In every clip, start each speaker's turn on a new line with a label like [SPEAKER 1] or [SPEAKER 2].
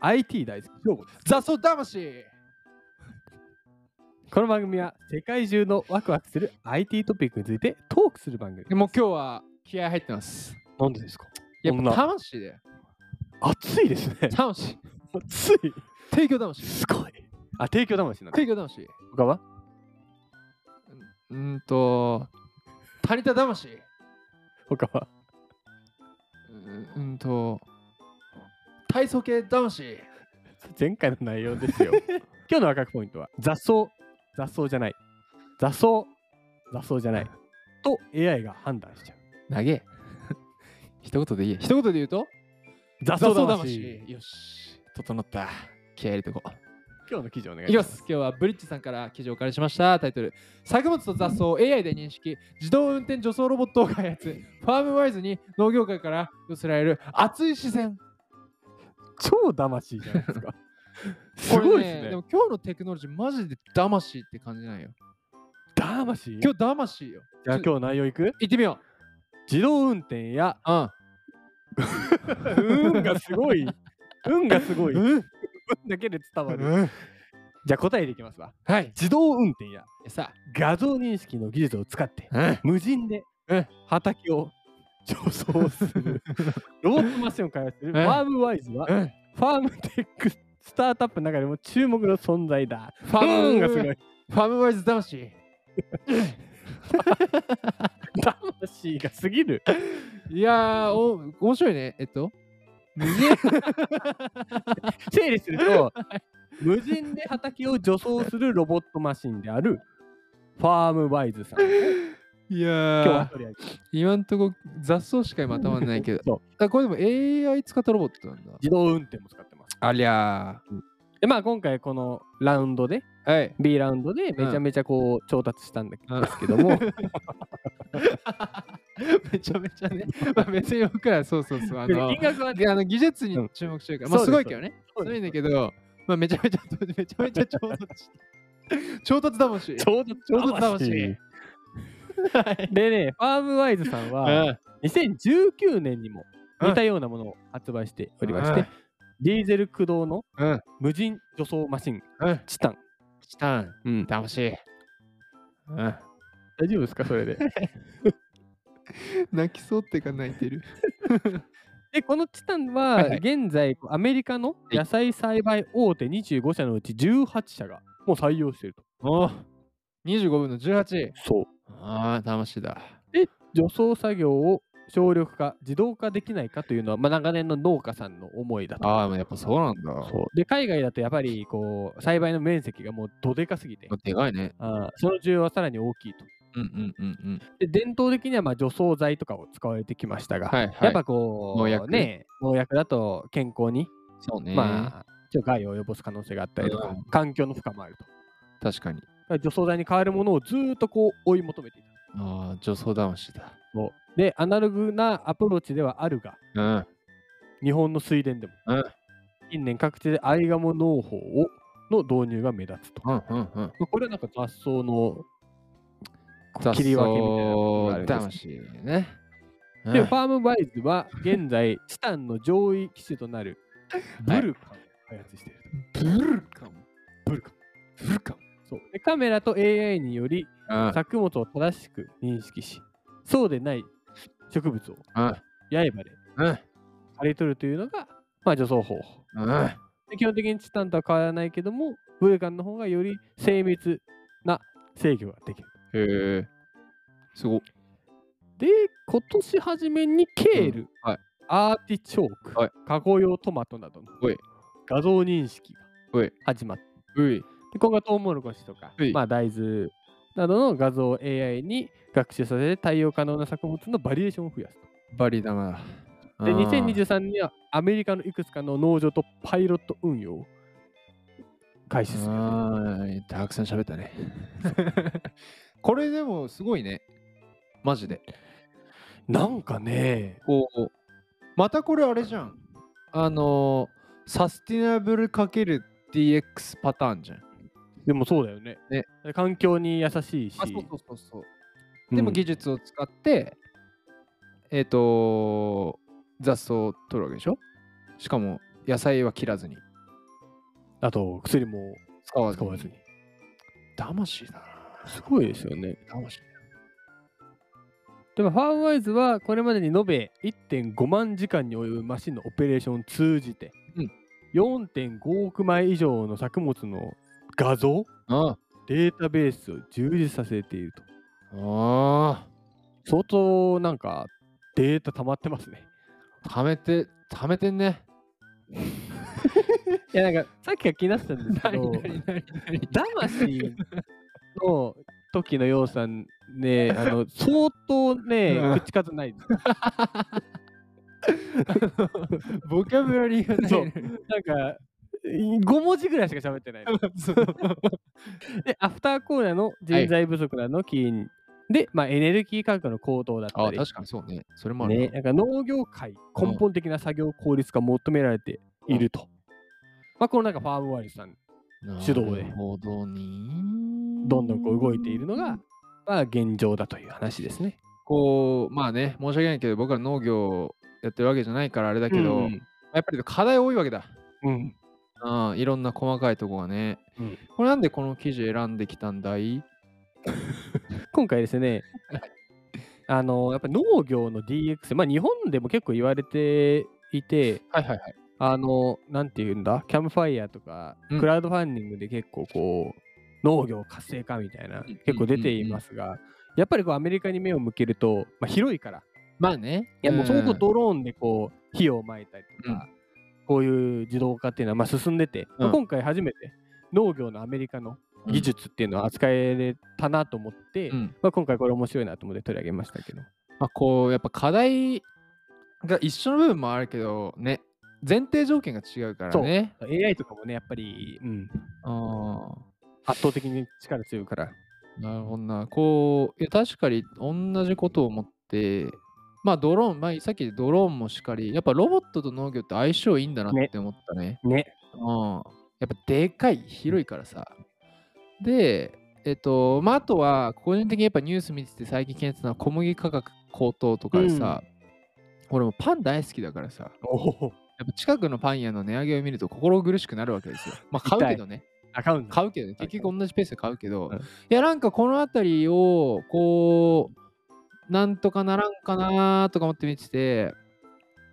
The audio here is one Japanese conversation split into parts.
[SPEAKER 1] IT 大好き、翔吾雑草魂この番組は世界中のワクワクする IT トピックについてトークする番組。
[SPEAKER 2] もう今日は気合入ってます。
[SPEAKER 1] なんでですか
[SPEAKER 2] やっ
[SPEAKER 1] こんな
[SPEAKER 2] ぱ魂だよ。
[SPEAKER 1] 暑いですね。
[SPEAKER 2] 魂。
[SPEAKER 1] 暑い。
[SPEAKER 2] 提供魂。
[SPEAKER 1] すごい。あ、提供魂なの。
[SPEAKER 2] 提供魂。
[SPEAKER 1] 他は
[SPEAKER 2] うーんと、谷田魂。う
[SPEAKER 1] 他は
[SPEAKER 2] ーんと、体操系魂。
[SPEAKER 1] 前回の内容です よ。今日の赤くポイントは雑草、雑草じゃない。雑草、雑草じゃない。と AI が判断しちゃう。
[SPEAKER 2] 投げ。 一言で言え。一言で言うと
[SPEAKER 1] 雑草
[SPEAKER 2] 雑草
[SPEAKER 1] 魂。
[SPEAKER 2] 魂。よし。整った。気合入れてこう。
[SPEAKER 1] 今日の記事お願い
[SPEAKER 2] い
[SPEAKER 1] し
[SPEAKER 2] きま
[SPEAKER 1] ます。
[SPEAKER 2] す今日はブリッジさんから記事をお借りしましたタイトル作物と雑草を AI で認識自動運転除草ロボットを開発ファームワイズに農業界から寄せられる熱い視線
[SPEAKER 1] 超魂じゃないですか。すごい
[SPEAKER 2] こ
[SPEAKER 1] で
[SPEAKER 2] れ
[SPEAKER 1] す
[SPEAKER 2] で
[SPEAKER 1] ね。
[SPEAKER 2] も今日のテクノロジーマジで魂って感じなんよ
[SPEAKER 1] 魂
[SPEAKER 2] 今日魂よ
[SPEAKER 1] じゃあ
[SPEAKER 2] ちょ
[SPEAKER 1] 今日内容いく
[SPEAKER 2] 行ってみよ
[SPEAKER 1] 自動運転や
[SPEAKER 2] ううん
[SPEAKER 1] 運がすごい。運がすごい。運だけで伝わる。じゃあ答えでいきますわ。
[SPEAKER 2] はい
[SPEAKER 1] 自動運転や
[SPEAKER 2] さ
[SPEAKER 1] 画像認識の技術を使って
[SPEAKER 2] あうん
[SPEAKER 1] 無人で
[SPEAKER 2] うん
[SPEAKER 1] 畑を除草す るロボットマシンを開発するフ
[SPEAKER 2] うん
[SPEAKER 1] ァームワイズは
[SPEAKER 2] うん
[SPEAKER 1] ファームテックスタートアップの中でも注目の存在だ。
[SPEAKER 2] ファー
[SPEAKER 1] 運
[SPEAKER 2] ム
[SPEAKER 1] がすごい。
[SPEAKER 2] ファームワイズ魂
[SPEAKER 1] 魂がすぎる。
[SPEAKER 2] いやーお面白いねえ っと無限
[SPEAKER 1] 整理する と無人で畑を除草するロボットマシンであるファームワイズさん。
[SPEAKER 2] い
[SPEAKER 1] 今日は
[SPEAKER 2] やー
[SPEAKER 1] とりあえず
[SPEAKER 2] 今んとこ雑草しか今頭にないけど
[SPEAKER 1] そう
[SPEAKER 2] あこれでも AI 使ったロボットなんだ。
[SPEAKER 1] 自動運転も使ってます。
[SPEAKER 2] ありゃ
[SPEAKER 1] でまあ今回このラウンドで
[SPEAKER 2] ー。はい。
[SPEAKER 1] B ラウンドでめちゃめちゃこう調達したんだ
[SPEAKER 2] うん
[SPEAKER 1] ですけ ども、
[SPEAKER 2] めちゃめちゃ ね。まあ、別に僕らはそうそうそう。あの
[SPEAKER 1] 金額は
[SPEAKER 2] であの技術に注目してるから、ま
[SPEAKER 1] そ
[SPEAKER 2] あ、
[SPEAKER 1] う
[SPEAKER 2] す
[SPEAKER 1] です
[SPEAKER 2] ごいけどね。すごいんだけど、まあ、めちゃめちゃ、めちゃめちゃ調達した。 調達魂。
[SPEAKER 1] ちょうどち
[SPEAKER 2] ょうど魂
[SPEAKER 1] でね、ファームワイズさんは
[SPEAKER 2] は
[SPEAKER 1] 2019年にも
[SPEAKER 2] うん
[SPEAKER 1] 似たようなものを発売しておりまし
[SPEAKER 2] う
[SPEAKER 1] て
[SPEAKER 2] ん、
[SPEAKER 1] ディーゼル駆動の
[SPEAKER 2] うん
[SPEAKER 1] 無人除草マシン、
[SPEAKER 2] うん。
[SPEAKER 1] チタン。
[SPEAKER 2] チタン、
[SPEAKER 1] うん
[SPEAKER 2] 魂。うん。
[SPEAKER 1] 大丈夫ですか、それで。
[SPEAKER 2] 泣きそうってか泣いてる。
[SPEAKER 1] で、このチタン
[SPEAKER 2] はい
[SPEAKER 1] は
[SPEAKER 2] はい
[SPEAKER 1] 現在、アメリカの
[SPEAKER 2] い
[SPEAKER 1] 野菜栽培大手25社のうち18社がもう採用していると。
[SPEAKER 2] お25分の18。
[SPEAKER 1] そう。
[SPEAKER 2] ああ、魂だ。
[SPEAKER 1] 除草作業を省力化、自動化できないかというのは、まあ、長年の農家さんの思いだと。
[SPEAKER 2] ああ、もうやっぱそうなんだ。
[SPEAKER 1] そうで海外だとやっぱりこう栽培の面積がもうどでかすぎて、
[SPEAKER 2] でかいね。
[SPEAKER 1] あーその需要はさらに大きいと。
[SPEAKER 2] うんうんうんうん。
[SPEAKER 1] で伝統的にはまあ除草剤とかを使われてきましたが、
[SPEAKER 2] はいはい。
[SPEAKER 1] やっぱこう
[SPEAKER 2] 農薬
[SPEAKER 1] ね農薬だと健康に、
[SPEAKER 2] そうね。
[SPEAKER 1] まあちょっと害を及ぼす可能性があったりとか、
[SPEAKER 2] うん
[SPEAKER 1] 環境の負荷もあると。だ
[SPEAKER 2] 確かに。
[SPEAKER 1] から除草剤に変わるものをずーっとこう追い求めていた。
[SPEAKER 2] ああ、女装魂だ。
[SPEAKER 1] そうでアナログなアプローチではあるが
[SPEAKER 2] うん。
[SPEAKER 1] 日本の水田でも、
[SPEAKER 2] うん
[SPEAKER 1] 近年各地でアイガモ農法をの導入が目立つと。
[SPEAKER 2] うんうんうん。
[SPEAKER 1] これはなんか雑草の
[SPEAKER 2] 雑
[SPEAKER 1] 切り分けみたいなことがある
[SPEAKER 2] 草
[SPEAKER 1] んです
[SPEAKER 2] 魂ね。うん
[SPEAKER 1] で、ファームバイズは現在、チタンの上位機種となるブルカンを開発していると。
[SPEAKER 2] ブルカム。
[SPEAKER 1] ブルカン。
[SPEAKER 2] ブルカム。
[SPEAKER 1] そうでカメラと AI により
[SPEAKER 2] うん
[SPEAKER 1] 作物を正しく認識し、そうでない植物を刃で
[SPEAKER 2] うん
[SPEAKER 1] 刈り取るというのが、まあ、除草方法
[SPEAKER 2] うん
[SPEAKER 1] で。基本的にチタンとは変わらないけども、ブルカンの方がより精密な制御ができる。
[SPEAKER 2] へえ。すごっ。
[SPEAKER 1] で、今年初めにケール、
[SPEAKER 2] はい。
[SPEAKER 1] アーティチョーク、
[SPEAKER 2] はい
[SPEAKER 1] 加工用トマトなどの
[SPEAKER 2] おい
[SPEAKER 1] 画像認識
[SPEAKER 2] お
[SPEAKER 1] が
[SPEAKER 2] い
[SPEAKER 1] 始まった。
[SPEAKER 2] うい。
[SPEAKER 1] で今後はトウモロコシとか
[SPEAKER 2] は、い
[SPEAKER 1] まあ、大豆などの画像を AI に学習させて対応可能な作物のバリエーションを増やすと。
[SPEAKER 2] バリダマだ。
[SPEAKER 1] で
[SPEAKER 2] あー。
[SPEAKER 1] 2023年にはアメリカのいくつかの農場とパイロット運用を開始する。
[SPEAKER 2] あーたくさん 喋ったね。これでもすごいね。マジで。
[SPEAKER 1] なんかね、
[SPEAKER 2] こう、またこれあれじゃん。あのー、サスティナブルかける DX パターンじゃん。
[SPEAKER 1] でもそうだよね。
[SPEAKER 2] ね
[SPEAKER 1] 環境に優しいし、
[SPEAKER 2] うそうそう。
[SPEAKER 1] うん
[SPEAKER 2] でも技術を使って、えっ、と雑草を取るわけでしょしかも野菜は切らずに。
[SPEAKER 1] あと、薬も
[SPEAKER 2] 使わず
[SPEAKER 1] 使
[SPEAKER 2] に。
[SPEAKER 1] わずに。
[SPEAKER 2] 魂だな。
[SPEAKER 1] すごいですよね。
[SPEAKER 2] 魂。
[SPEAKER 1] でも、ファームワイズはこれまでに延べ1.5万時間に及ぶマシンのオペレーションを通じて、
[SPEAKER 2] うん
[SPEAKER 1] 4.5億枚以上の作物の画像、
[SPEAKER 2] あ
[SPEAKER 1] データベースを充実させていると。
[SPEAKER 2] あ。
[SPEAKER 1] 相当なんかデータ溜まってますね。
[SPEAKER 2] 貯めて、貯めてんね。
[SPEAKER 1] いやなんかさっきから気になってたんですけど、
[SPEAKER 2] 何何
[SPEAKER 1] 魂の時のようさん ね、あの相当ね
[SPEAKER 2] うん、
[SPEAKER 1] 口数ないです。
[SPEAKER 2] ボキャブラリーがない。
[SPEAKER 1] そう なんか5文字ぐらいしか喋ってない。で、アフターコーナーの人材不足などの起因、で、まあ、エネルギー価格の高騰だった
[SPEAKER 2] あ
[SPEAKER 1] り、
[SPEAKER 2] 確かにそうね。それもあるな
[SPEAKER 1] ね、なんか農業界根本的な作業効率が求められていると。まあ、このなんかファームワイルさん手動で
[SPEAKER 2] なるほどに。
[SPEAKER 1] どんどんこう動いているのが、まあ、現状だという話ですね。
[SPEAKER 2] こう、まあね、申し訳ないけど、僕は農業やってるわけじゃないからあれだ
[SPEAKER 1] だ
[SPEAKER 2] けど、やっぱり課題多いわけだ。
[SPEAKER 1] うん、
[SPEAKER 2] うん、いろんな細かいとこがね。
[SPEAKER 1] うん
[SPEAKER 2] これなんでこの記事選んできたんだい
[SPEAKER 1] 今回ですね、あのやっぱり農業の DX、まあ、日本でも結構言われていて、
[SPEAKER 2] はいはいはい。
[SPEAKER 1] あのなんていうんだ、キャンプファイヤーとか、
[SPEAKER 2] うん
[SPEAKER 1] クラウドファンディングで結構こう、農業活性化みたいな、
[SPEAKER 2] ん
[SPEAKER 1] 結構出ていますが、やっぱりこうアメリカに目を向けると、まあ、広いから、
[SPEAKER 2] まあね。
[SPEAKER 1] いやもうそこ
[SPEAKER 2] と
[SPEAKER 1] ドローンでこう火を撒いたりとか、こういう自動化っていうのはまあ進んでて、まあ
[SPEAKER 2] うん
[SPEAKER 1] 今回初めて農業のアメリカの技術っていうのを扱えれたなと思って、
[SPEAKER 2] うん
[SPEAKER 1] まあ、今回これ面白いなと思って取り上げましたけど。
[SPEAKER 2] まあ、こう、やっぱ課題が一緒の部分もあるけど、ね、前提条件が違うからね。
[SPEAKER 1] AI とかもね、やっぱり、うん、
[SPEAKER 2] ああ。
[SPEAKER 1] 圧倒的に力強いから。
[SPEAKER 2] なるほどな。こう、いや確かに同じことを思って、まあドローン、まあ、さっきドローンもしかり、やっぱロボットと農業って相性いいんだな
[SPEAKER 1] ね
[SPEAKER 2] って思ったね。
[SPEAKER 1] ね。
[SPEAKER 2] うん。やっぱでかい、広いからさ。で、えっと、まああとは、個人的にやっぱニュース見てて最近気になってたのは小麦価格高騰とかでさ、俺もパン大好きだからさ、
[SPEAKER 1] おお。
[SPEAKER 2] やっぱ近くのパン屋の値上げを見ると心苦しくなるわけですよ。まあ買うけどね。
[SPEAKER 1] アカウント。
[SPEAKER 2] 買うけどね、結局同じペースで買うけど、
[SPEAKER 1] うん
[SPEAKER 2] いやなんかこの辺りをこうなんとかならんかなとか思って見てて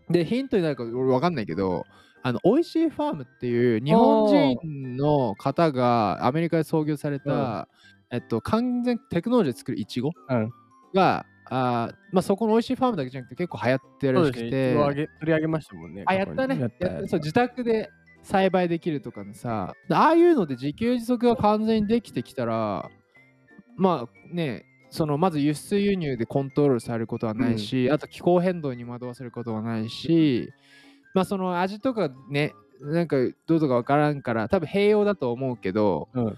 [SPEAKER 2] でヒントになるか俺分かんないけどあの美味しいファームっていう日本人の方がアメリカで創業された、えっと、完全テクノロジーで作るイチゴ
[SPEAKER 1] うん
[SPEAKER 2] が、あーまあ、そこの美味しいファームだけじゃなくて結構流行ってる
[SPEAKER 1] そ
[SPEAKER 2] ら
[SPEAKER 1] う
[SPEAKER 2] しく
[SPEAKER 1] ですね。
[SPEAKER 2] て、
[SPEAKER 1] 一応あげ取り上げましたもんね。
[SPEAKER 2] あ、やった
[SPEAKER 1] 過
[SPEAKER 2] ね。
[SPEAKER 1] 去に
[SPEAKER 2] やったそう自宅で栽培できるとかのさ、ああいうので自給自足が完全にできてきたら、まあね、そのまず輸出輸入でコントロールされることはないし、あと気候変動に惑わせることはないし、まあその味とかね、なんかどうとかわからんから、多分併用だと思うけど、
[SPEAKER 1] うん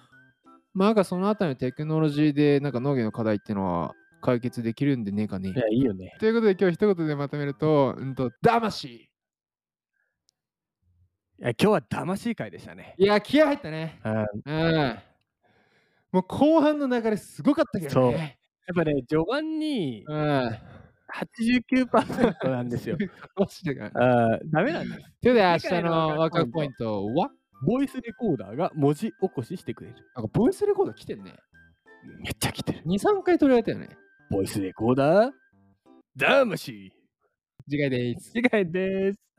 [SPEAKER 2] まあなんかそのあたりのテクノロジーでなんか農業の課題っていうのは解決できるんでねえかね。
[SPEAKER 1] いや、いいよね。
[SPEAKER 2] ということで今日一言でまとめると、うんと、魂
[SPEAKER 1] いや、今日は魂会でしたね。
[SPEAKER 2] いや、気合入ったね。
[SPEAKER 1] うんやっ
[SPEAKER 2] うん。もう後半の流れすごかったけどね。
[SPEAKER 1] ぱね、序盤に
[SPEAKER 2] うん。
[SPEAKER 1] 89%なんです よ。
[SPEAKER 2] 楽しいだからね。
[SPEAKER 1] あーダメなんです。
[SPEAKER 2] ということで、明
[SPEAKER 1] 次
[SPEAKER 2] 日
[SPEAKER 1] 回の
[SPEAKER 2] のワ
[SPEAKER 1] ワー
[SPEAKER 2] ーク
[SPEAKER 1] ク
[SPEAKER 2] ア
[SPEAKER 1] アップ
[SPEAKER 2] ップポ
[SPEAKER 1] ポ
[SPEAKER 2] イ
[SPEAKER 1] イ
[SPEAKER 2] ン
[SPEAKER 1] ン
[SPEAKER 2] トは
[SPEAKER 1] ボイスレコーダーが文字起こししてくれる。
[SPEAKER 2] なんかボイスレコーダー来てんね。
[SPEAKER 1] めっちゃ来てる。
[SPEAKER 2] 2、3回取り上げたよね。
[SPEAKER 1] ボイスレコーダー、魂
[SPEAKER 2] 次回です。
[SPEAKER 1] 次回です。